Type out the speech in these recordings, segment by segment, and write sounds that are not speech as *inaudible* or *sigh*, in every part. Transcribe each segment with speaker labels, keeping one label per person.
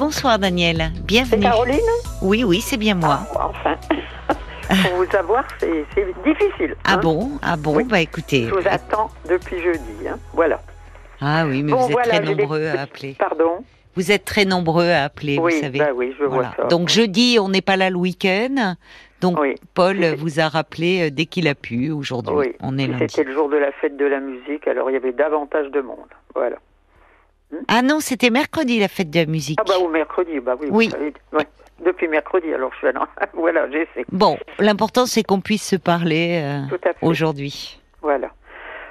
Speaker 1: Bonsoir Daniel,
Speaker 2: C'est
Speaker 1: bienvenue.
Speaker 2: Caroline
Speaker 1: Oui, oui, c'est bien moi.
Speaker 2: Ah, Enfin, *laughs* pour vous avoir, c'est c'est difficile.
Speaker 1: Ah
Speaker 2: hein.
Speaker 1: bon Ah bon
Speaker 2: Oui.
Speaker 1: Bah écoutez.
Speaker 2: Je vous attends depuis jeudi. hein. Voilà.
Speaker 1: Ah oui, mais
Speaker 2: Bon,
Speaker 1: vous êtes
Speaker 2: voilà,
Speaker 1: très
Speaker 2: j'ai des
Speaker 1: nombreux
Speaker 2: petites-
Speaker 1: à appeler.
Speaker 2: Pardon
Speaker 1: Vous êtes très nombreux à appeler,
Speaker 2: Oui,
Speaker 1: vous savez.
Speaker 2: bah oui, je
Speaker 1: Voilà.
Speaker 2: vois ça.
Speaker 1: Donc jeudi, on n'est pas là le week-end. Donc
Speaker 2: Oui,
Speaker 1: Paul vous a rappelé euh, dès qu'il a pu aujourd'hui.
Speaker 2: oui.
Speaker 1: On est
Speaker 2: Puis
Speaker 1: lundi.
Speaker 2: C'était le jour de la fête de la musique, alors il y avait davantage de monde. Voilà.
Speaker 1: Ah non, c'était mercredi la fête de la musique.
Speaker 2: Ah bah ou mercredi, bah oui. vous
Speaker 1: Oui.
Speaker 2: savez, ouais. Depuis mercredi, alors je suis allée. en- *laughs* voilà, j'essaie.
Speaker 1: Bon, l'important c'est qu'on puisse se parler euh,
Speaker 2: Tout à fait.
Speaker 1: aujourd'hui.
Speaker 2: Voilà.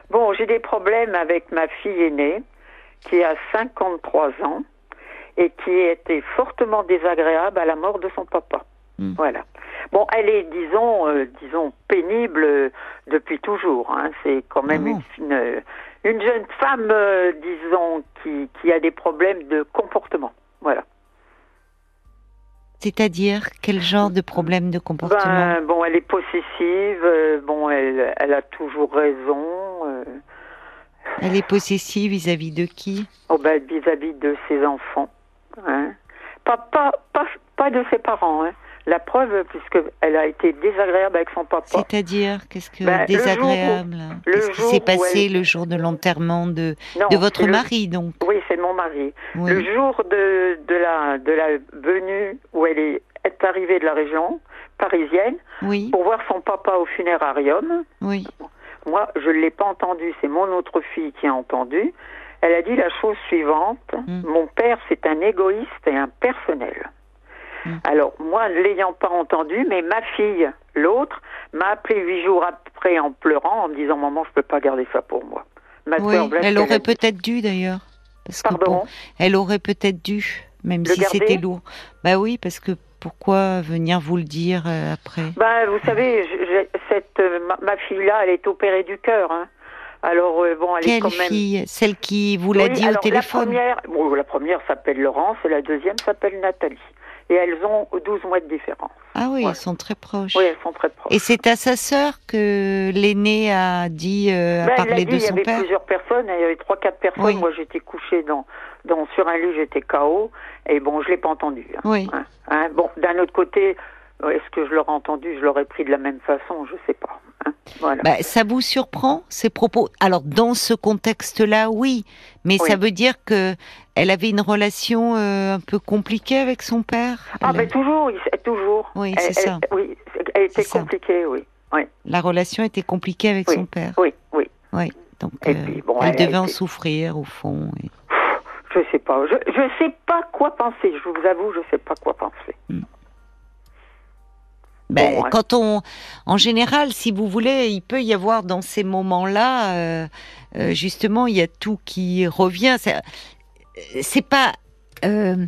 Speaker 2: Bon, j'ai des problèmes avec ma fille aînée qui a 53 ans et qui était fortement désagréable à la mort de son papa.
Speaker 1: Hmm.
Speaker 2: Voilà. Bon, elle est, disons, euh, disons pénible euh, depuis toujours. hein. C'est quand même
Speaker 1: Oh.
Speaker 2: une, une, une jeune femme, euh, disons, qui, qui a des problèmes de comportement. Voilà.
Speaker 1: C'est-à-dire quel genre de problème de comportement
Speaker 2: Ben, bon, elle est possessive. euh, bon, elle, elle a toujours raison. euh,
Speaker 1: Elle est possessive vis-à-vis de qui
Speaker 2: Oh ben, vis-à-vis de ses enfants. Hein. Pas, pas, pas, pas de ses parents. Hein. La preuve, puisque elle a été désagréable avec son papa.
Speaker 1: C'est-à-dire qu'est-ce que
Speaker 2: Ben, le jour où-
Speaker 1: désagréable
Speaker 2: le
Speaker 1: Qu'est-ce qui
Speaker 2: jour
Speaker 1: s'est
Speaker 2: où
Speaker 1: passé
Speaker 2: elle-
Speaker 1: le jour de l'enterrement de
Speaker 2: Non,
Speaker 1: de votre
Speaker 2: c'est le-
Speaker 1: mari donc
Speaker 2: Oui, c'est mon mari.
Speaker 1: Oui.
Speaker 2: Le jour de, de, la, de la venue où elle est, est arrivée de la région parisienne
Speaker 1: Oui,
Speaker 2: pour voir son papa au funérarium,
Speaker 1: oui.
Speaker 2: moi, je ne l'ai pas entendu. C'est mon autre fille qui a entendu. Elle a dit la chose suivante
Speaker 1: Mm.
Speaker 2: Mon père, c'est un égoïste et un personnel.
Speaker 1: Mm.
Speaker 2: Alors, moi, ne l'ayant pas entendu, mais ma fille, l'autre, m'a appelé huit jours après en pleurant, en me disant Maman, je ne peux pas garder ça pour moi. Ma
Speaker 1: Oui,
Speaker 2: sœur Blaise,
Speaker 1: elle
Speaker 2: a
Speaker 1: aurait
Speaker 2: dit-
Speaker 1: peut-être dû d'ailleurs. Parce que
Speaker 2: Pardon
Speaker 1: bon, elle aurait peut-être dû, même
Speaker 2: Le
Speaker 1: si c'était
Speaker 2: garder
Speaker 1: lourd. Bah oui, parce que pourquoi venir vous le dire euh, après
Speaker 2: Ben, vous savez, je- j'ai- cette, euh, ma, ma fille-là, elle est opérée du cœur. hein. Alors, euh, bon, elle est
Speaker 1: Quelle
Speaker 2: quand même.
Speaker 1: fille Celle qui vous l'a
Speaker 2: Oui,
Speaker 1: dit au
Speaker 2: alors,
Speaker 1: téléphone
Speaker 2: La première, bon, la première s'appelle Laurence et la deuxième s'appelle Nathalie. Et elles ont 12 mois de différence.
Speaker 1: Ah oui,
Speaker 2: Ouais.
Speaker 1: elles sont très proches.
Speaker 2: Oui, elles sont très proches.
Speaker 1: Et c'est à sa sœur que l'aînée a dit, euh, a
Speaker 2: Ben, elle l'a
Speaker 1: parlé
Speaker 2: dit,
Speaker 1: de
Speaker 2: il y
Speaker 1: son
Speaker 2: avait
Speaker 1: père.
Speaker 2: plusieurs personnes, il y avait trois, quatre personnes.
Speaker 1: Oui.
Speaker 2: Moi, j'étais couchée dans, dans, sur un lit, j'étais KO. Et bon, je l'ai pas entendu. hein.
Speaker 1: Oui.
Speaker 2: Hein, hein. Bon, d'un autre côté, euh, est-ce que je l'aurais entendu Je l'aurais pris de la même façon, je sais pas. hein. Voilà.
Speaker 1: Bah, ça vous surprend ces propos Alors dans ce contexte-là, oui, mais
Speaker 2: Oui.
Speaker 1: ça veut dire que elle avait une relation euh, un peu compliquée avec son père.
Speaker 2: ah,
Speaker 1: Elle-
Speaker 2: mais toujours, il- toujours.
Speaker 1: Oui,
Speaker 2: Elle-
Speaker 1: c'est
Speaker 2: elle-
Speaker 1: ça.
Speaker 2: Oui, c'est- elle
Speaker 1: C'est
Speaker 2: était
Speaker 1: ça.
Speaker 2: compliquée, oui.
Speaker 1: La relation était compliquée avec
Speaker 2: Oui.
Speaker 1: son père,
Speaker 2: Oui, oui.
Speaker 1: donc
Speaker 2: Et
Speaker 1: euh,
Speaker 2: puis, bon,
Speaker 1: elle,
Speaker 2: elle a
Speaker 1: devait en
Speaker 2: été-
Speaker 1: souffrir au fond. et-
Speaker 2: Je sais pas. Je, je sais pas quoi penser. Je vous avoue, je sais pas quoi penser.
Speaker 1: Ben,
Speaker 2: Bon, ouais.
Speaker 1: Quand on, en général, si vous voulez, il peut y avoir dans ces moments-là, euh, euh, justement, il y a tout qui revient. Ça- euh, C'est pas, euh,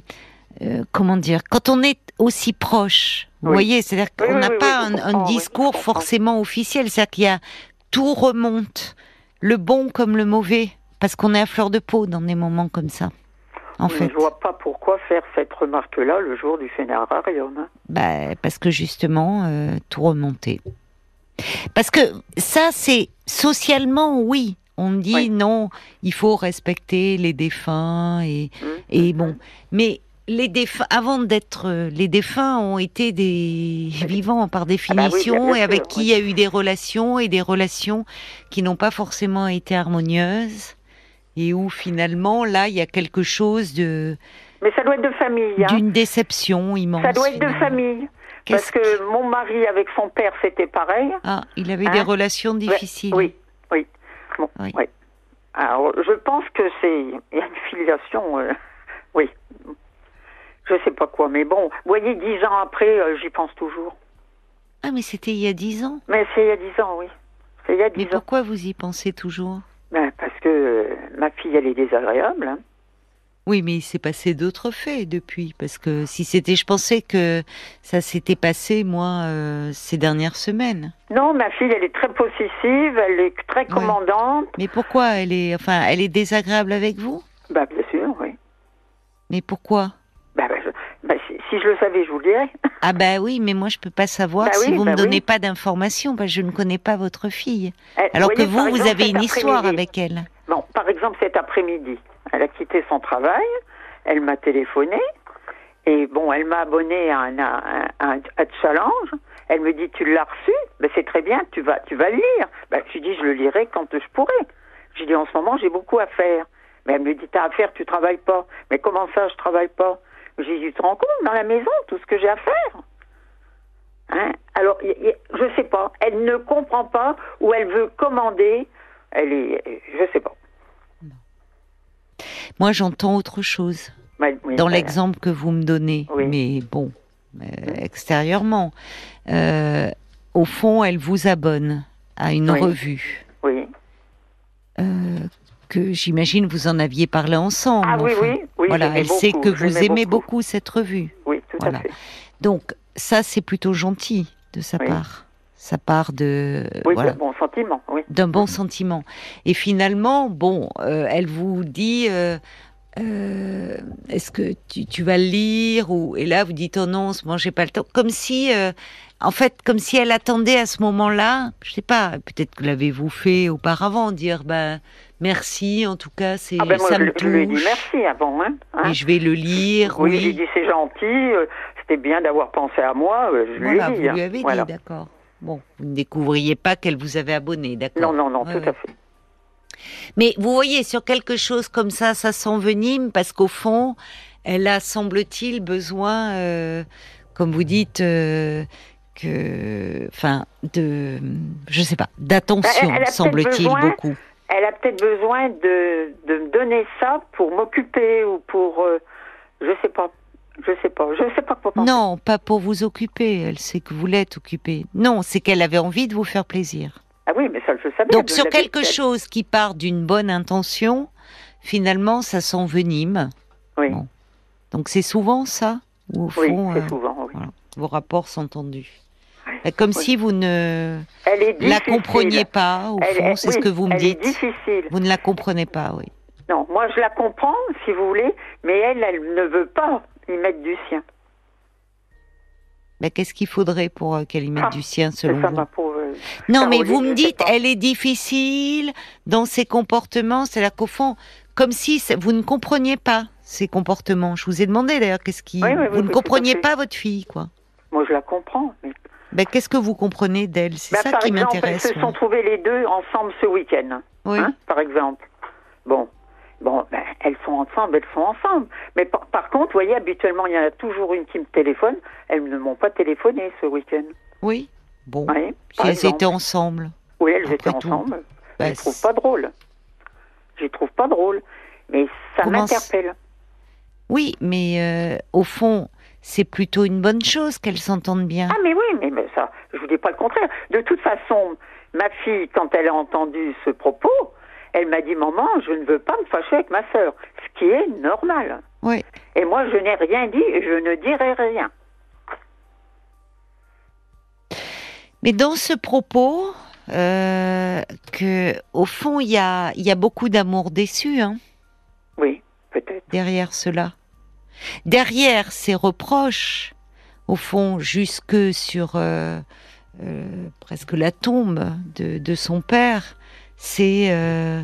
Speaker 1: euh, comment dire, quand on est aussi proche, vous
Speaker 2: Oui.
Speaker 1: voyez, c'est-à-dire
Speaker 2: Oui,
Speaker 1: qu'on
Speaker 2: oui,
Speaker 1: n'a
Speaker 2: oui,
Speaker 1: pas
Speaker 2: oui, je
Speaker 1: un- un,
Speaker 2: comprends, oui, je
Speaker 1: discours
Speaker 2: comprends.
Speaker 1: forcément officiel, c'est-à-dire qu'il y a tout remonte, le bon comme le mauvais, parce qu'on est à fleur de peau dans des moments comme ça. En
Speaker 2: Mais
Speaker 1: fait,
Speaker 2: Je vois pas pourquoi faire cette remarque-là le jour du funérarium. hein.
Speaker 1: Bah, parce que justement, euh, tout remonter. Parce que ça, c'est socialement, oui. On dit
Speaker 2: Oui.
Speaker 1: non, il faut respecter les défunts et,
Speaker 2: Mm.
Speaker 1: et bon. Mais les défunts, avant d'être, euh, les défunts ont été des vivants par
Speaker 2: Ah bah bien- bien
Speaker 1: définition et
Speaker 2: sûr,
Speaker 1: avec qui
Speaker 2: oui.
Speaker 1: il y a eu des relations et des relations qui n'ont pas forcément été harmonieuses et où finalement là il y a quelque chose de
Speaker 2: Mais ça doit être de famille. hein.
Speaker 1: d'une déception immense.
Speaker 2: Ça doit être de
Speaker 1: finalement.
Speaker 2: famille. Parce
Speaker 1: Qu'est-ce qui-
Speaker 2: que mon mari avec son père, c'était pareil.
Speaker 1: Ah, il avait des
Speaker 2: Hein
Speaker 1: relations difficiles.
Speaker 2: Oui, oui. Bon,
Speaker 1: Oui.
Speaker 2: oui. Alors, je pense que c'est il y a une filiation. euh, oui. Je sais pas quoi, mais bon, vous voyez, dix ans après, euh, j'y pense toujours.
Speaker 1: Ah, mais c'était il y a dix ans.
Speaker 2: Mais c'est il y a dix ans, oui. C'est il y a
Speaker 1: Mais
Speaker 2: dix ans.
Speaker 1: pourquoi vous y pensez toujours
Speaker 2: Ben, parce que euh, ma fille, elle est désagréable. hein.
Speaker 1: Oui, mais il s'est passé d'autres faits depuis. Parce que si c'était, je pensais que ça s'était passé, moi, euh, ces dernières semaines.
Speaker 2: Non, ma fille, elle est très possessive, elle est très commandante.
Speaker 1: Mais pourquoi elle est, enfin, elle est désagréable avec vous
Speaker 2: Bah, bien sûr, oui.
Speaker 1: Mais pourquoi
Speaker 2: Bah, bah, je- bah, si, si je le savais, je vous le dirais.
Speaker 1: Ah bah oui, mais moi je peux pas savoir
Speaker 2: Bah
Speaker 1: si
Speaker 2: oui,
Speaker 1: vous
Speaker 2: bah
Speaker 1: me
Speaker 2: oui.
Speaker 1: donnez pas d'informations, parce que je ne connais pas votre fille.
Speaker 2: Eh,
Speaker 1: Alors
Speaker 2: voyez,
Speaker 1: que vous,
Speaker 2: par
Speaker 1: vous
Speaker 2: exemple,
Speaker 1: avez
Speaker 2: cet
Speaker 1: une histoire
Speaker 2: après-midi-
Speaker 1: avec elle.
Speaker 2: Bon, par exemple, cet après-midi, elle a quitté son travail, elle m'a téléphoné, Et bon, elle m'a abonné à un, à un- à un challenge. Elle me dit, tu l'as reçu ben, C'est très bien, tu vas, tu vas le lire. Ben, je lui dis, je le lirai quand je pourrai. J'ai dit, en ce moment, j'ai beaucoup à faire. Mais elle me dit, t'as à faire, tu travailles pas. Mais comment ça, je travaille pas J'ai dit, tu te rends compte, dans la maison, tout ce que j'ai à faire Hein Alors, y- y- je sais pas. Elle ne comprend pas ou elle veut commander. Elle est, je sais pas.
Speaker 1: Moi, j'entends autre chose
Speaker 2: Mais- mais-
Speaker 1: dans l'exemple que vous me donnez,
Speaker 2: Mm. Oui. Mm.
Speaker 1: mais bon, euh, extérieurement. Euh, au fond, elle vous abonne à une
Speaker 2: Oui.
Speaker 1: revue
Speaker 2: Oui.
Speaker 1: Oh, que j'imagine vous en aviez parlé ensemble.
Speaker 2: Ah oui,
Speaker 1: enfin.
Speaker 2: oui, oui.
Speaker 1: Voilà,
Speaker 2: j'aimais
Speaker 1: elle sait
Speaker 2: beaucoup,
Speaker 1: que vous
Speaker 2: j'aimais
Speaker 1: aimez beaucoup cette revue.
Speaker 2: Oui, tout
Speaker 1: Voilà.
Speaker 2: à fait.
Speaker 1: Donc, ça, c'est plutôt gentil de sa
Speaker 2: Oui.
Speaker 1: part. Sa part de.
Speaker 2: Oui,
Speaker 1: voilà.
Speaker 2: bon sentiment, oui.
Speaker 1: d'un bon sentiment. Et finalement, bon, euh, elle vous dit, euh, euh, est-ce que tu, tu vas le lire ou et là vous dites oh non, en ce moment j'ai pas le temps, comme si, euh, en fait, comme si elle attendait à ce moment-là, je sais pas, peut-être que l'avez-vous fait auparavant, dire ben merci en tout cas, c'est
Speaker 2: Ah ben moi,
Speaker 1: ça
Speaker 2: je,
Speaker 1: me
Speaker 2: je lui ai dit
Speaker 1: touche
Speaker 2: merci avant, hein. hein.
Speaker 1: et je vais le lire,
Speaker 2: Oui, j'ai
Speaker 1: oui,
Speaker 2: dit c'est gentil, euh, c'était bien d'avoir pensé à moi, euh, je
Speaker 1: voilà,
Speaker 2: lui ai
Speaker 1: vous
Speaker 2: dit. hein.
Speaker 1: lui avez
Speaker 2: Voilà.
Speaker 1: dit, d'accord. Bon, vous ne découvriez pas qu'elle vous avait abonné, d'accord
Speaker 2: Non, non, non,
Speaker 1: Ouais,
Speaker 2: tout
Speaker 1: ouais.
Speaker 2: à fait.
Speaker 1: Mais vous voyez, sur quelque chose comme ça, ça s'envenime parce qu'au fond, elle a, semble-t-il, besoin, euh, comme vous dites, euh, que, enfin, de, je sais pas, d'attention,
Speaker 2: Elle- elle a peut-être
Speaker 1: semble-t-il,
Speaker 2: besoin-
Speaker 1: beaucoup.
Speaker 2: Elle a peut-être besoin de, de me donner ça pour m'occuper ou pour... euh, je sais pas, je sais pas, je sais pas comment.
Speaker 1: Non, pas pour vous occuper. Elle sait que vous l'êtes occupée. Non, c'est qu'elle avait envie de vous faire plaisir.
Speaker 2: Ah oui, mais ça, je le savais.
Speaker 1: Donc,
Speaker 2: je
Speaker 1: sur
Speaker 2: l'avais
Speaker 1: quelque
Speaker 2: fait.
Speaker 1: chose qui part d'une bonne intention, finalement, ça s'envenime.
Speaker 2: Oui,
Speaker 1: Bon. Donc, c'est souvent ça, ou au
Speaker 2: oui
Speaker 1: fond. euh,
Speaker 2: c'est souvent, oui.
Speaker 1: Voilà, vos rapports sont tendus. Euh, Comme
Speaker 2: Oui.
Speaker 1: si vous ne
Speaker 2: Elle est difficile.
Speaker 1: la compreniez pas, au
Speaker 2: Elle
Speaker 1: fond,
Speaker 2: est-
Speaker 1: c'est ce
Speaker 2: oui,
Speaker 1: que vous me
Speaker 2: elle est
Speaker 1: dites.
Speaker 2: difficile.
Speaker 1: Vous ne la comprenez pas, oui.
Speaker 2: Non, moi je la comprends, si vous voulez, mais elle, elle ne veut pas y mettre du sien.
Speaker 1: Mais Qu'est-ce qu'il faudrait pour euh, qu'elle y mette
Speaker 2: Ah,
Speaker 1: du sien, selon
Speaker 2: C'est ça Ah,
Speaker 1: vous
Speaker 2: ma pauvre.
Speaker 1: Non, mais
Speaker 2: Caroline,
Speaker 1: vous me
Speaker 2: je sais
Speaker 1: dites,
Speaker 2: pas.
Speaker 1: elle est difficile dans ses comportements, c'est-à-dire qu'au fond, comme si ça- vous ne compreniez pas ses comportements. Je vous ai demandé d'ailleurs, qu'est-ce qui.
Speaker 2: Oui, oui, oui,
Speaker 1: vous ne
Speaker 2: tout à
Speaker 1: compreniez
Speaker 2: fait.
Speaker 1: pas votre fille, quoi.
Speaker 2: Moi je la comprends. Mais...
Speaker 1: Ben, qu'est-ce que vous comprenez d'elle C'est
Speaker 2: Bah,
Speaker 1: ça
Speaker 2: par
Speaker 1: qui
Speaker 2: exemple, elles
Speaker 1: m'intéresse.
Speaker 2: se sont
Speaker 1: moi.
Speaker 2: trouvées les deux ensemble ce week-end,
Speaker 1: Oui.
Speaker 2: hein, par exemple. Bon, bon, ben, elles sont ensemble, elles sont ensemble. Mais par, par contre, vous voyez, habituellement, il y en a toujours une qui me téléphone. Elles ne m'ont pas téléphoné ce week-end.
Speaker 1: oui. Bon.
Speaker 2: Vous voyez,
Speaker 1: si
Speaker 2: par
Speaker 1: elles
Speaker 2: exemple.
Speaker 1: étaient ensemble.
Speaker 2: Oui, elles étaient
Speaker 1: Après tout,
Speaker 2: ensemble.
Speaker 1: ben,
Speaker 2: je les trouve pas drôles. Je les trouve pas drôles. Mais ça
Speaker 1: Comment
Speaker 2: m'interpelle.
Speaker 1: Oui, mais euh, au fond, c'est plutôt une bonne chose qu'elles s'entendent bien.
Speaker 2: Ah mais oui, mais, mais ça, je vous dis pas le contraire. De toute façon, ma fille, quand elle a entendu ce propos, elle m'a dit maman, je ne veux pas me fâcher avec ma sœur, ce qui est normal.
Speaker 1: Oui.
Speaker 2: Et moi, je n'ai rien dit et je ne dirai rien.
Speaker 1: Mais dans ce propos, euh, que au fond, il y a, il y a beaucoup d'amour déçu hein,
Speaker 2: Oui, peut-être.
Speaker 1: derrière cela. Derrière ces reproches, au fond, jusque sur euh, euh, presque la tombe de, de son père, c'est euh,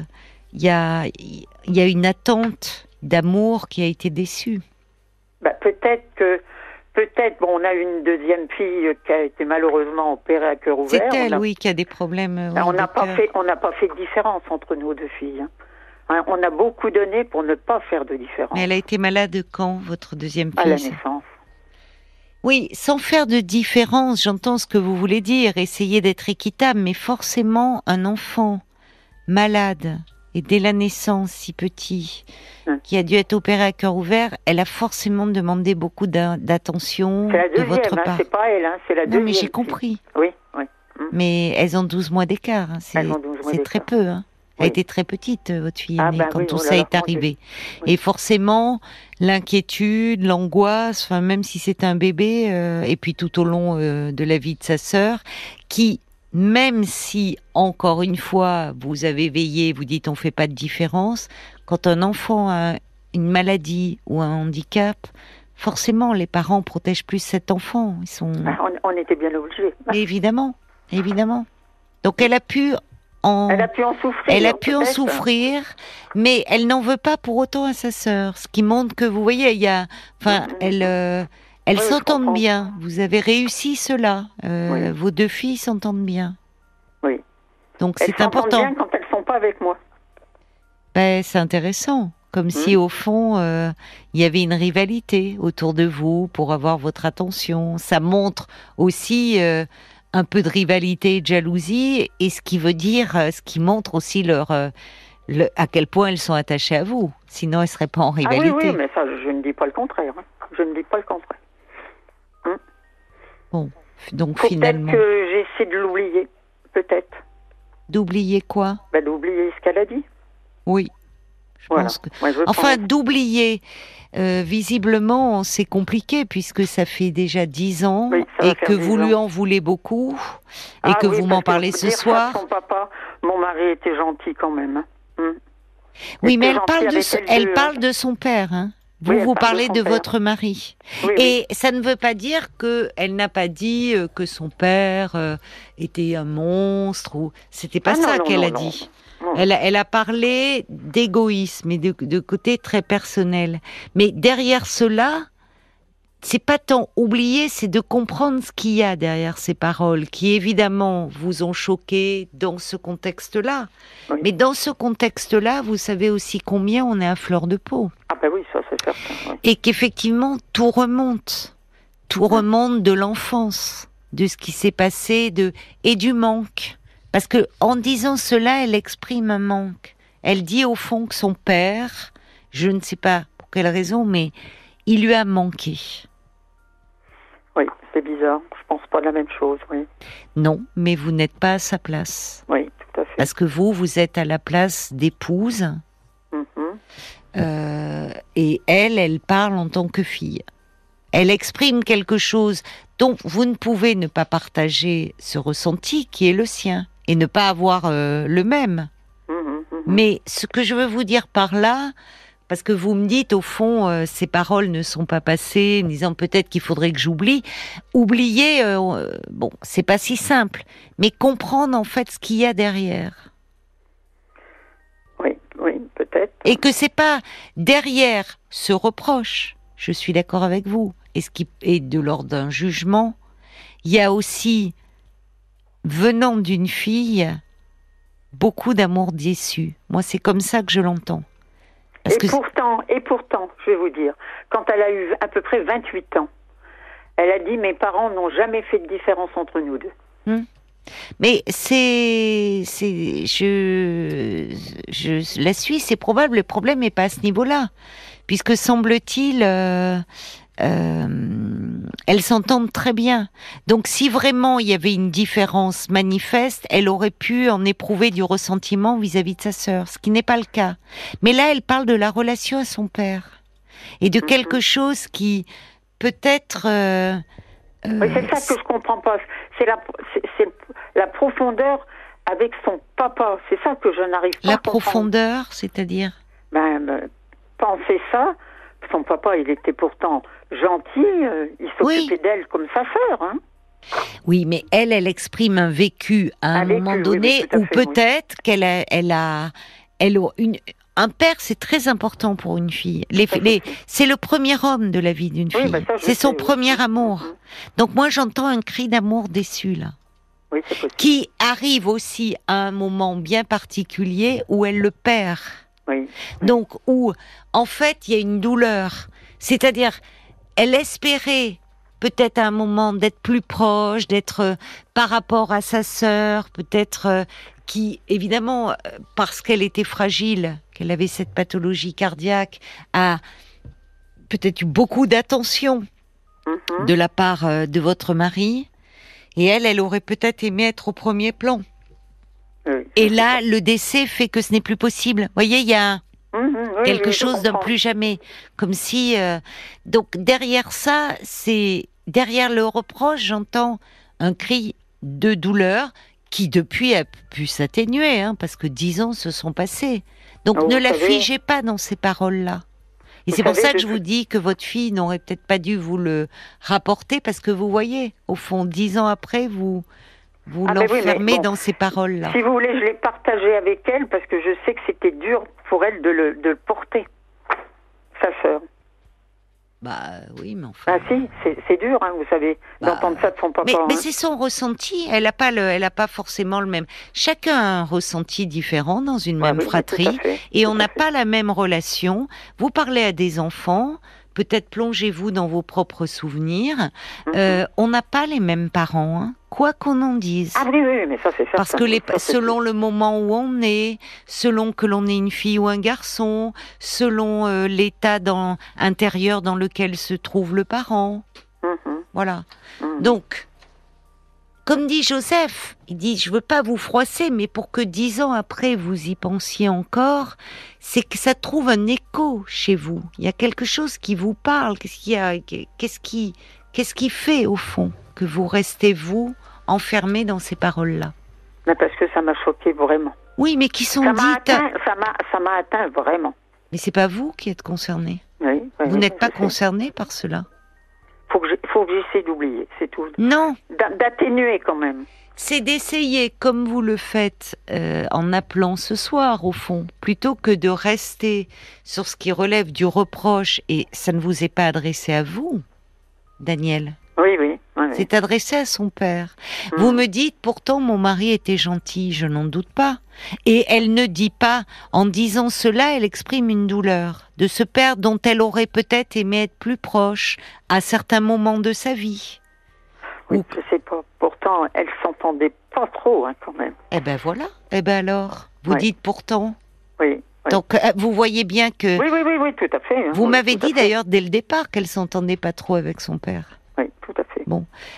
Speaker 1: il y, a, il y a une attente d'amour qui a été déçue.
Speaker 2: Bah, peut-être que, peut-être, bon, on a une deuxième fille qui a été malheureusement opérée à cœur
Speaker 1: C'est
Speaker 2: ouvert.
Speaker 1: elle,
Speaker 2: on a- Ah,
Speaker 1: oui, qui a des problèmes. euh, oui,
Speaker 2: on
Speaker 1: de
Speaker 2: n'a pas
Speaker 1: cœur.
Speaker 2: fait, on n'a pas fait de différence entre nos deux filles. hein. Hein, on a beaucoup donné pour ne pas faire de différence
Speaker 1: Mais elle a été malade quand, votre deuxième
Speaker 2: à la
Speaker 1: fille c'est-
Speaker 2: naissance.
Speaker 1: Oui, sans faire de différence, j'entends ce que vous voulez dire, essayez d'être équitable, mais forcément, un enfant malade et dès la naissance, si petit,
Speaker 2: Hum.
Speaker 1: qui a dû être opéré à cœur ouvert, elle a forcément demandé beaucoup d'a- d'attention
Speaker 2: C'est la
Speaker 1: de
Speaker 2: deuxième,
Speaker 1: votre
Speaker 2: hein,
Speaker 1: part.
Speaker 2: c'est pas elle, hein, c'est la
Speaker 1: non,
Speaker 2: deuxième.
Speaker 1: mais j'ai
Speaker 2: fille.
Speaker 1: compris.
Speaker 2: Oui, oui.
Speaker 1: Mais elles ont 12 mois d'écart, hein, c'est
Speaker 2: Elles ont 12 mois
Speaker 1: c'est très
Speaker 2: d'écart.
Speaker 1: peu. hein. Elle
Speaker 2: Oui.
Speaker 1: était très petite, euh, votre fille
Speaker 2: Ah
Speaker 1: aînée,
Speaker 2: bah
Speaker 1: quand
Speaker 2: oui,
Speaker 1: tout
Speaker 2: oh là
Speaker 1: ça
Speaker 2: là,
Speaker 1: est
Speaker 2: mon
Speaker 1: arrivé.
Speaker 2: Oui.
Speaker 1: Et forcément, l'inquiétude, l'angoisse, enfin, même si c'est un bébé, euh, et puis tout au long euh, de la vie de sa sœur, qui, même si, encore une fois, vous avez veillé, vous dites on fait pas de différence, quand un enfant a une maladie ou un handicap, forcément, les parents protègent plus cet enfant. Ils sont...
Speaker 2: Ah, On, on était bien obligés.
Speaker 1: Mais Évidemment, évidemment. Donc elle a pu en,
Speaker 2: Elle a pu en souffrir. hein,
Speaker 1: elle a pu en
Speaker 2: peut-être.
Speaker 1: souffrir, mais elle n'en veut pas pour autant à sa sœur. Ce qui montre que, vous voyez, il y a, enfin,
Speaker 2: Mhm.
Speaker 1: elle, euh, elles
Speaker 2: Oui, je
Speaker 1: s'entendent
Speaker 2: comprends.
Speaker 1: bien. Vous avez réussi cela. Euh,
Speaker 2: Oui.
Speaker 1: Vos deux filles s'entendent bien.
Speaker 2: Oui.
Speaker 1: Donc
Speaker 2: Elles
Speaker 1: c'est
Speaker 2: s'entendent
Speaker 1: important.
Speaker 2: bien quand elles sont pas avec moi.
Speaker 1: Ben, c'est intéressant.
Speaker 2: Hmm.
Speaker 1: Comme si, au fond, euh, il y avait une rivalité autour de vous pour avoir votre attention. Ça montre aussi euh, un peu de rivalité et de jalousie, et ce qui veut dire, euh, ce qui montre aussi leur, euh, le- à quel point elles sont attachées à vous. Sinon, elles ne seraient pas en
Speaker 2: Ah oui,
Speaker 1: rivalité.
Speaker 2: oui, mais ça, je ne dis pas le contraire. hein. Je ne dis pas le contraire.
Speaker 1: Donc,
Speaker 2: Faut peut-être
Speaker 1: finalement,
Speaker 2: que j'essaie de l'oublier. Peut-être.
Speaker 1: d'oublier quoi
Speaker 2: Bah, d'oublier ce qu'elle a dit.
Speaker 1: Oui. Je
Speaker 2: Voilà.
Speaker 1: pense que...
Speaker 2: Moi, je
Speaker 1: Enfin,
Speaker 2: pense.
Speaker 1: d'oublier. Euh, visiblement, c'est compliqué puisque ça fait déjà dix ans
Speaker 2: Oui, ça va
Speaker 1: et
Speaker 2: faire
Speaker 1: que
Speaker 2: 10
Speaker 1: vous lui
Speaker 2: ans.
Speaker 1: en voulez beaucoup et
Speaker 2: Ah
Speaker 1: que
Speaker 2: oui,
Speaker 1: vous m'en
Speaker 2: parce que
Speaker 1: parlez
Speaker 2: faut
Speaker 1: ce
Speaker 2: dire ça de
Speaker 1: soir.
Speaker 2: Son papa, mon mari était gentil quand même. hein.
Speaker 1: Oui, mais
Speaker 2: était
Speaker 1: elle parle
Speaker 2: gentille
Speaker 1: de,
Speaker 2: avec
Speaker 1: son-
Speaker 2: elle
Speaker 1: elle
Speaker 2: deux,
Speaker 1: parle de son père. hein. Vous
Speaker 2: Oui, elle
Speaker 1: vous
Speaker 2: parle de
Speaker 1: parlez
Speaker 2: son
Speaker 1: de
Speaker 2: père.
Speaker 1: votre mari
Speaker 2: Oui, oui.
Speaker 1: et ça ne veut pas dire que elle n'a pas dit euh, que son père euh, était un monstre ou c'était pas
Speaker 2: Ah non,
Speaker 1: ça
Speaker 2: non,
Speaker 1: qu'elle
Speaker 2: non,
Speaker 1: a
Speaker 2: non.
Speaker 1: dit.
Speaker 2: Non.
Speaker 1: Elle, a- elle a parlé d'égoïsme et de, de côté très personnel. Mais derrière cela, c'est pas tant oublier, c'est de comprendre ce qu'il y a derrière ces paroles, qui évidemment vous ont choqué dans ce contexte-là.
Speaker 2: Oui.
Speaker 1: Mais dans ce contexte-là, vous savez aussi combien on est à fleur de peau.
Speaker 2: Ah bah oui, ça c'est certain. oui.
Speaker 1: Et qu'effectivement, tout remonte. Tout remonte de l'enfance, de ce qui s'est passé de et du manque. Parce que en disant cela, elle exprime un manque. Elle dit au fond que son père, je ne sais pas pour quelle raison, mais il lui a manqué.
Speaker 2: Oui, c'est bizarre. Je pense pas de la même chose, oui.
Speaker 1: Non, mais vous n'êtes pas à sa place.
Speaker 2: Oui, tout à fait.
Speaker 1: Parce que vous, vous êtes à la place d'épouse, Ah.
Speaker 2: Mhm.
Speaker 1: euh, et elle, elle parle en tant que fille. Elle exprime quelque chose dont vous ne pouvez ne pas partager ce ressenti qui est le sien, et ne pas avoir euh, le même.
Speaker 2: Mhm, mhm.
Speaker 1: Mais ce que je veux vous dire par là, parce que vous me dites au fond, euh, ces paroles ne sont pas passées, en disant peut-être qu'il faudrait que j'oublie. Oublier, euh, euh, bon, c'est pas si simple, mais comprendre en fait ce qu'il y a derrière.
Speaker 2: Oui, oui, peut-être.
Speaker 1: Et que c'est pas derrière ce reproche, je suis d'accord avec vous, et ce qui est de l'ordre d'un jugement, il y a aussi, venant d'une fille, beaucoup d'amour déçu. Moi, c'est comme ça que je l'entends. Parce
Speaker 2: Et
Speaker 1: que
Speaker 2: pourtant, et pourtant, je vais vous dire, quand elle a eu à peu près 28 ans, elle a dit mes parents n'ont jamais fait de différence entre nous deux.
Speaker 1: Mais c'est, c'est, je, je la suis, c'est probable. Le problème n'est pas à ce niveau-là, puisque semble-t-il, euh, euh, elles s'entendent très bien. Donc, si vraiment il y avait une différence manifeste, elle aurait pu en éprouver du ressentiment vis-à-vis de sa sœur, ce qui n'est pas le cas. Mais là, elle parle de la relation à son père et de quelque chose qui peut-être. euh, euh,
Speaker 2: Oui, c'est ça que je comprends pas. C'est la, c'est- c'est la profondeur avec son papa. C'est ça que je n'arrive pas
Speaker 1: la
Speaker 2: à comprendre.
Speaker 1: profondeur, c'est-à-dire.
Speaker 2: Ben, ben, penser ça, son papa, il était pourtant gentil, euh, il s'occupait d'elle comme sa sœur. Hein.
Speaker 1: Oui, mais elle, elle exprime un vécu à un,
Speaker 2: Un vécu,
Speaker 1: moment
Speaker 2: oui,
Speaker 1: donné
Speaker 2: oui, tout à
Speaker 1: où
Speaker 2: fait, oui.
Speaker 1: peut-être qu'elle a, elle a, elle a une, un père, c'est très important pour une fille. Les,
Speaker 2: Ça, je
Speaker 1: les-
Speaker 2: sais.
Speaker 1: c'est le premier homme de la vie d'une
Speaker 2: Oui,
Speaker 1: fille.
Speaker 2: bah, ça, je
Speaker 1: c'est son
Speaker 2: sais, oui.
Speaker 1: premier amour.
Speaker 2: Mhm.
Speaker 1: Donc moi, j'entends un cri d'amour déçu là,
Speaker 2: Oui, c'est possible.
Speaker 1: qui arrive aussi à un moment bien particulier où elle le perd.
Speaker 2: Oui.
Speaker 1: Donc, où, en fait, il y a une douleur. C'est-à-dire, elle espérait peut-être à un moment d'être plus proche, d'être euh, par rapport à sa sœur, peut-être euh, qui, évidemment, euh, parce qu'elle était fragile, qu'elle avait cette pathologie cardiaque, a peut-être eu beaucoup d'attention
Speaker 2: Mhm.
Speaker 1: de la part euh, de votre mari. Et elle, elle aurait peut-être aimé être au premier plan.
Speaker 2: Oui, je
Speaker 1: Et
Speaker 2: sais
Speaker 1: là, le décès fait que ce n'est plus possible. Vous voyez, il y a un-
Speaker 2: pas. Mhm, oui,
Speaker 1: quelque
Speaker 2: oui, je
Speaker 1: chose d'un
Speaker 2: comprends.
Speaker 1: plus jamais. Comme si. euh, donc derrière ça, c'est. Derrière le reproche, j'entends un cri de douleur qui depuis a pu s'atténuer, hein, parce que dix ans se sont passés. Donc
Speaker 2: Ah,
Speaker 1: ne
Speaker 2: vous
Speaker 1: la
Speaker 2: savez-
Speaker 1: figez pas dans ces paroles-là. Et
Speaker 2: Vous
Speaker 1: c'est pour
Speaker 2: savez,
Speaker 1: ça que je
Speaker 2: je-
Speaker 1: vous dis que votre fille n'aurait peut-être pas dû vous le rapporter, parce que vous voyez, au fond, dix ans après, vous Vous
Speaker 2: Ah, mais oui, mais
Speaker 1: l'enfermez
Speaker 2: bon.
Speaker 1: dans ces paroles-là.
Speaker 2: Si vous voulez, je l'ai partagé avec elle parce que je sais que c'était dur pour elle de le, de le porter, sa sœur.
Speaker 1: Bah oui, mais enfin.
Speaker 2: Ah si, c'est- c'est dur, hein, vous savez,
Speaker 1: Bah,
Speaker 2: d'entendre ça de son papa.
Speaker 1: Mais, mais
Speaker 2: hein.
Speaker 1: c'est son ressenti. Elle n'a pas le, elle a pas forcément le même. Chacun a un ressenti différent dans une
Speaker 2: Ah
Speaker 1: même
Speaker 2: oui, tout à
Speaker 1: fratrie,
Speaker 2: fait,
Speaker 1: et
Speaker 2: tout
Speaker 1: on
Speaker 2: à
Speaker 1: n'a
Speaker 2: fait.
Speaker 1: pas la même relation. Vous parlez à des enfants. Peut-être plongez-vous dans vos propres souvenirs.
Speaker 2: Mhm.
Speaker 1: Euh, on n'a pas les mêmes parents, hein, quoi qu'on en dise.
Speaker 2: Ah oui, oui, oui, mais ça c'est ça.
Speaker 1: Parce que les, selon le moment où on est, selon que l'on est une fille ou un garçon, selon euh, l'état dans, intérieur dans lequel se trouve le parent,
Speaker 2: Mm-hmm,
Speaker 1: voilà. Donc, comme dit Joseph, il dit je veux pas vous froisser, mais pour que dix ans après vous y pensiez encore, c'est que ça trouve un écho chez vous. Il y a quelque chose qui vous parle. Qu'est-ce qui a, qu'est-ce qui, qu'est-ce qui fait au fond que vous restez vous enfermé dans ces paroles-là?
Speaker 2: Mais parce que ça m'a choqué vraiment.
Speaker 1: Oui, mais qui sont
Speaker 2: Ça m'a
Speaker 1: dites.
Speaker 2: atteint, ça m'a, ça m'a atteint vraiment.
Speaker 1: Mais c'est pas vous qui êtes concerné.
Speaker 2: Oui, oui,
Speaker 1: Vous
Speaker 2: oui,
Speaker 1: n'êtes pas
Speaker 2: je sais.
Speaker 1: concerné par cela.
Speaker 2: Faut que, j'ai- faut que j'essaie d'oublier, c'est tout.
Speaker 1: Non,
Speaker 2: D'a- D'atténuer quand même.
Speaker 1: c'est d'essayer, comme vous le faites euh, en appelant ce soir, au fond, plutôt que de rester sur ce qui relève du reproche. Et ça ne vous est pas adressé à vous, Daniel.
Speaker 2: Oui, oui. oui, oui.
Speaker 1: C'est adressé à son père.
Speaker 2: Mm.
Speaker 1: Vous me dites, pourtant, mon mari était gentil, je n'en doute pas. Et elle ne dit pas, en disant cela, elle exprime une douleur de ce père dont elle aurait peut-être aimé être plus proche à certains moments de sa vie.
Speaker 2: Oui, je sais pas. Pourtant, elle s'entendait pas trop hein, quand même.
Speaker 1: Eh ben voilà. Eh ben alors, vous
Speaker 2: Ouais.
Speaker 1: dites pourtant.
Speaker 2: Oui. oui.
Speaker 1: Donc, euh, vous voyez bien que.
Speaker 2: oui, oui, oui, oui, tout à fait. hein.
Speaker 1: Vous
Speaker 2: Oui,
Speaker 1: m'avez
Speaker 2: tout à
Speaker 1: dit
Speaker 2: fait.
Speaker 1: d'ailleurs dès le départ qu'elle s'entendait pas trop avec son père.
Speaker 2: Oui, tout à fait.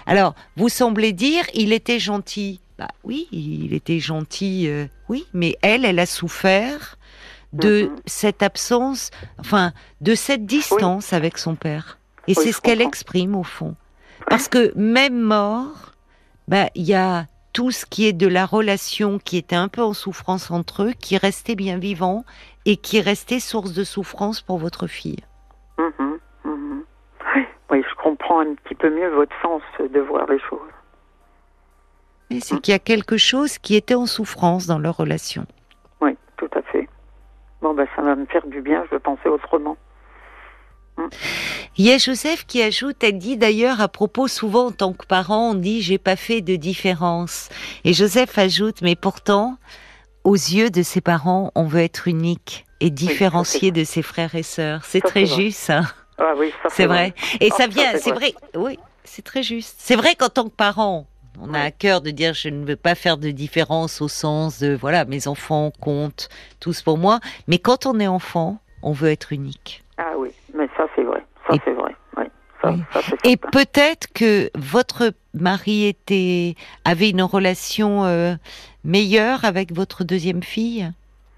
Speaker 1: Alors, vous semblez dire, il était gentil. Bah oui, il était gentil, euh, oui, mais elle, elle a souffert de
Speaker 2: Mhm.
Speaker 1: cette absence, enfin, de cette distance avec son père. Et
Speaker 2: Oui,
Speaker 1: c'est
Speaker 2: je
Speaker 1: ce qu'elle
Speaker 2: comprends.
Speaker 1: exprime au fond. Parce que même mort, bah, il y a tout ce qui est de la relation qui était un peu en souffrance entre eux, qui restait bien vivant et qui restait source de souffrance pour votre fille.
Speaker 2: Mhm, mhm. Oui, je comprends un petit peu mieux votre sens de voir les choses.
Speaker 1: Mais
Speaker 2: Mhm.
Speaker 1: C'est qu'il y a quelque chose qui était en souffrance dans leur relation.
Speaker 2: Oui, tout à fait. Bon, ben, ça va me faire du bien, je vais penser autrement.
Speaker 1: Il y a Joseph qui ajoute, elle dit d'ailleurs à propos souvent en tant que parent, on dit j'ai pas fait de différence. Et Joseph ajoute, mais pourtant, aux yeux de ses parents, on veut être unique et différencié de ses frères et sœurs. C'est
Speaker 2: Ça,
Speaker 1: très
Speaker 2: c'est vrai.
Speaker 1: juste, ça.
Speaker 2: Ah oui, ça
Speaker 1: C'est vrai. Et
Speaker 2: Oh,
Speaker 1: ça
Speaker 2: ça,
Speaker 1: vient,
Speaker 2: c'est
Speaker 1: c'est vrai. Oui, c'est très juste. C'est vrai qu'en tant que parent, on a
Speaker 2: Ouais.
Speaker 1: à cœur de dire je ne veux pas faire de différence au sens de voilà, mes enfants comptent tous pour moi. Mais quand on est enfant, on veut être unique.
Speaker 2: Ah oui, mais ça c'est vrai. Ça
Speaker 1: Et-
Speaker 2: c'est vrai. Oui. Ça,
Speaker 1: Oui.
Speaker 2: ça, c'est
Speaker 1: Et
Speaker 2: certain.
Speaker 1: peut-être que votre mari était avait une relation euh, meilleure avec votre deuxième fille,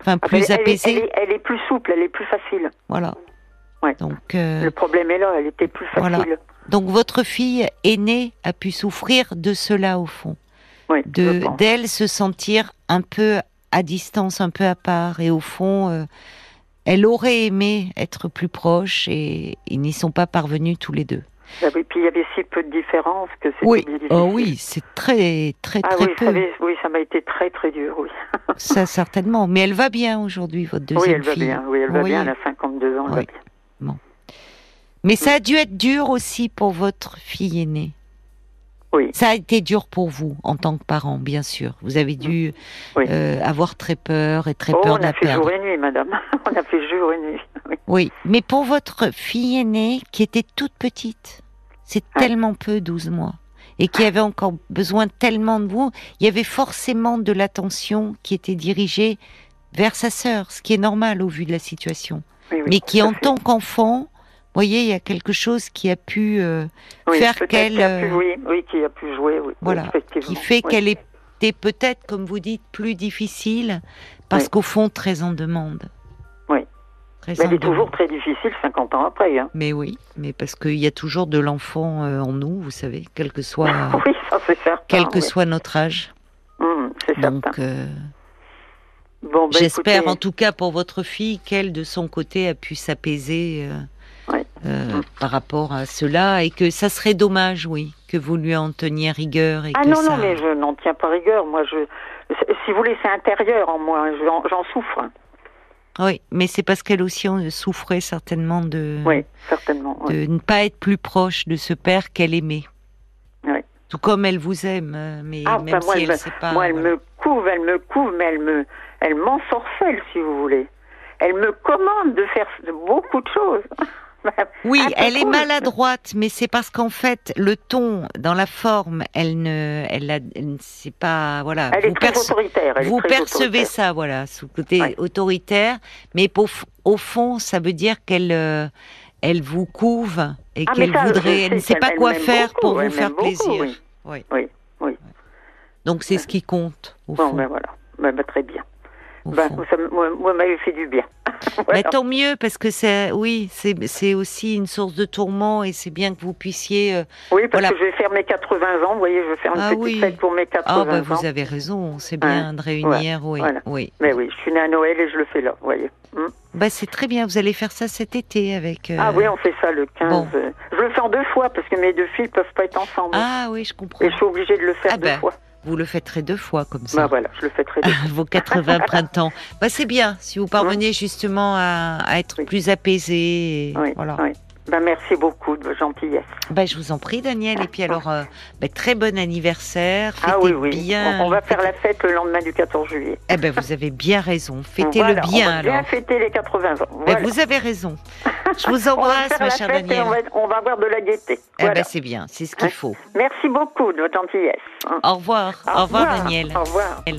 Speaker 1: enfin
Speaker 2: Ah, ben,
Speaker 1: plus
Speaker 2: elle, est-
Speaker 1: apaisée,
Speaker 2: elle est, elle est plus souple, elle est plus facile.
Speaker 1: voilà.
Speaker 2: Ouais.
Speaker 1: Donc euh,
Speaker 2: Le problème est là, elle était plus facile.
Speaker 1: Voilà. donc votre fille aînée a pu souffrir de cela au fond,
Speaker 2: Oui,
Speaker 1: de
Speaker 2: je pense.
Speaker 1: d'elle se sentir un peu à distance, un peu à part, et au fond. euh, elle aurait aimé être plus proche et ils n'y sont pas parvenus tous les deux.
Speaker 2: Ah oui, puis il y avait si peu de différence que c'était
Speaker 1: Oui,
Speaker 2: difficile.
Speaker 1: oh oui, c'est très très
Speaker 2: Ah
Speaker 1: très
Speaker 2: oui,
Speaker 1: peu.
Speaker 2: ça avait- oui, ça m'a été très très dur, oui.
Speaker 1: Ça, certainement. Mais elle va bien aujourd'hui, votre deuxième
Speaker 2: oui, elle va
Speaker 1: fille.
Speaker 2: bien, oui, elle va
Speaker 1: Oui.
Speaker 2: bien, elle a 52 ans, elle
Speaker 1: Oui.
Speaker 2: va bien.
Speaker 1: Mais ça a dû être dur aussi pour votre fille aînée.
Speaker 2: Oui.
Speaker 1: Ça a été dur pour vous en tant que parent, bien sûr. Vous avez dû
Speaker 2: Oui.
Speaker 1: euh, avoir très peur et très
Speaker 2: Oh,
Speaker 1: peur
Speaker 2: on
Speaker 1: de la
Speaker 2: a fait
Speaker 1: perdre.
Speaker 2: jour et nuit, madame. *laughs* On a fait jour et nuit. Oui,
Speaker 1: Oui, mais pour votre fille aînée qui était toute petite, c'est
Speaker 2: Ouais.
Speaker 1: tellement peu, 12 mois, et qui avait encore besoin tellement de vous, il y avait forcément de l'attention qui était dirigée vers sa sœur, ce qui est normal au vu de la situation.
Speaker 2: oui, oui,
Speaker 1: mais qui
Speaker 2: tout à
Speaker 1: en
Speaker 2: fait.
Speaker 1: tant qu'enfant, voyez, il y a quelque chose qui a pu, euh,
Speaker 2: Oui,
Speaker 1: faire
Speaker 2: peut-être
Speaker 1: qu'elle,
Speaker 2: qu'il a pu
Speaker 1: euh,
Speaker 2: jouer, oui, qui a pu jouer, oui.
Speaker 1: voilà,
Speaker 2: effectivement.
Speaker 1: qui fait
Speaker 2: Oui.
Speaker 1: qu'elle était peut-être, comme vous dites, plus difficile, parce
Speaker 2: Oui.
Speaker 1: qu'au fond, très en demande.
Speaker 2: Oui.
Speaker 1: Très
Speaker 2: Mais
Speaker 1: en
Speaker 2: elle est toujours
Speaker 1: demande.
Speaker 2: très difficile 50 ans après. Hein. *laughs*
Speaker 1: Mais oui, mais parce qu'il y a toujours de l'enfant euh, en nous, vous savez, quel que soit,
Speaker 2: *laughs* oui, ça c'est certain.
Speaker 1: quel que
Speaker 2: oui.
Speaker 1: soit notre âge.
Speaker 2: Hum, c'est certain.
Speaker 1: Donc, euh,
Speaker 2: Bon, ben,
Speaker 1: j'espère
Speaker 2: écoutez,
Speaker 1: en tout cas pour votre fille qu'elle, de son côté, a pu s'apaiser euh,
Speaker 2: Ouais. Mm.
Speaker 1: euh, par rapport à cela et que ça serait dommage, oui, que vous lui en teniez rigueur. Et
Speaker 2: Ah
Speaker 1: que
Speaker 2: non,
Speaker 1: ça...
Speaker 2: non, mais je n'en tiens pas rigueur. Moi, je, si vous voulez, c'est intérieur en moi. J'en j'en souffre. hein.
Speaker 1: Oui, mais c'est parce qu'elle aussi en souffrait certainement de,
Speaker 2: Oui, certainement. oui.
Speaker 1: Hum. de ne pas être plus proche de ce père qu'elle aimait.
Speaker 2: Oui.
Speaker 1: Tout comme elle vous aime, euh, mais
Speaker 2: Ah,
Speaker 1: même
Speaker 2: enfin, moi,
Speaker 1: si
Speaker 2: elle
Speaker 1: elle ne
Speaker 2: me-
Speaker 1: sait pas.
Speaker 2: Moi, elle
Speaker 1: voilà.
Speaker 2: me couve, elle me couve, mais elle me, elle m'ensorcelle, si vous voulez. Elle me commande de faire de- beaucoup de choses. *laughs*
Speaker 1: Oui,
Speaker 2: un peu
Speaker 1: elle est
Speaker 2: Ah, cool.
Speaker 1: maladroite, mais c'est parce qu'en fait, le ton, dans la forme, elle ne, elle, a- elle ne sait pas, voilà.
Speaker 2: Elle est
Speaker 1: Ah, vous
Speaker 2: très
Speaker 1: perce-
Speaker 2: autoritaire. Elle est
Speaker 1: vous
Speaker 2: très
Speaker 1: percevez
Speaker 2: autoritaire.
Speaker 1: ça, voilà, sous côté
Speaker 2: Ouais.
Speaker 1: autoritaire, mais au, f- au fond, ça veut dire qu'elle, euh, elle vous couve et
Speaker 2: Ah, mais
Speaker 1: qu'elle
Speaker 2: ça, je
Speaker 1: voudrait,
Speaker 2: sais
Speaker 1: elle ne sait
Speaker 2: qu'elle-
Speaker 1: pas
Speaker 2: elle
Speaker 1: quoi
Speaker 2: m'aime
Speaker 1: faire
Speaker 2: beaucoup,
Speaker 1: pour vous
Speaker 2: elle
Speaker 1: faire
Speaker 2: m'aime beaucoup,
Speaker 1: plaisir.
Speaker 2: oui.
Speaker 1: Oui.
Speaker 2: Oui, oui.
Speaker 1: Donc c'est ce qui compte au
Speaker 2: Bon,
Speaker 1: fond.
Speaker 2: ben voilà. Ben, ben, très bien.
Speaker 1: au
Speaker 2: Ben,
Speaker 1: fond.
Speaker 2: ça m- moi, moi, m'avait fait du bien.
Speaker 1: Mais
Speaker 2: *laughs* Voilà.
Speaker 1: tant mieux parce que c'est, oui, c'est c'est aussi une source de tourment et c'est bien que vous puissiez. euh,
Speaker 2: Oui, parce
Speaker 1: Voilà.
Speaker 2: que je vais faire mes 80 ans. Vous voyez, je vais faire une
Speaker 1: Ah
Speaker 2: petite
Speaker 1: oui.
Speaker 2: fête pour mes 80
Speaker 1: Ah bah
Speaker 2: ans.
Speaker 1: vous avez raison, c'est bien de réunir, oui,
Speaker 2: voilà.
Speaker 1: oui.
Speaker 2: Mais oui, je suis née à Noël et je le fais là, vous voyez. Hmm.
Speaker 1: Bah c'est très bien, vous allez faire ça cet été avec. euh,
Speaker 2: Ah oui, on fait ça le 15.
Speaker 1: bon.
Speaker 2: euh, Je le fais en deux fois parce que mes deux filles peuvent pas être ensemble.
Speaker 1: Ah oui, je comprends.
Speaker 2: Et je suis obligée de le faire
Speaker 1: Ah
Speaker 2: deux
Speaker 1: ben,
Speaker 2: fois.
Speaker 1: Vous le fêterez deux fois comme
Speaker 2: Ben
Speaker 1: ça. Ah,
Speaker 2: voilà, je le fais très bien.
Speaker 1: *laughs* Vos 80 printemps. Bah c'est bien si vous parvenez justement à, à être
Speaker 2: Hein Oui.
Speaker 1: plus apaisé. et
Speaker 2: Oui,
Speaker 1: Voilà.
Speaker 2: oui. Ben merci beaucoup de votre gentillesse.
Speaker 1: Bah, je vous en prie Daniel et puis alors euh, bah, très bon anniversaire. Fêtez
Speaker 2: ah oui, oui.
Speaker 1: bien.
Speaker 2: On, on va faire
Speaker 1: fêtez-
Speaker 2: la fête le lendemain du 14 juillet.
Speaker 1: Eh ben vous avez bien raison. Fêtez le
Speaker 2: Voilà,
Speaker 1: bien
Speaker 2: On va bien
Speaker 1: alors.
Speaker 2: fêter les 80 ans.
Speaker 1: Bah,
Speaker 2: Voilà.
Speaker 1: vous avez
Speaker 2: *laughs*
Speaker 1: raison. Je vous
Speaker 2: on va
Speaker 1: embrasse
Speaker 2: faire
Speaker 1: ma
Speaker 2: la
Speaker 1: chère
Speaker 2: fête et
Speaker 1: Daniel.
Speaker 2: on va, on va avoir de la gaieté.
Speaker 1: Eh
Speaker 2: Voilà.
Speaker 1: ben c'est bien, c'est ce qu'il faut.
Speaker 2: Merci beaucoup de votre gentillesse. hein.
Speaker 1: Au revoir. Au revoir, Daniel.
Speaker 2: Au revoir.
Speaker 1: Daniel.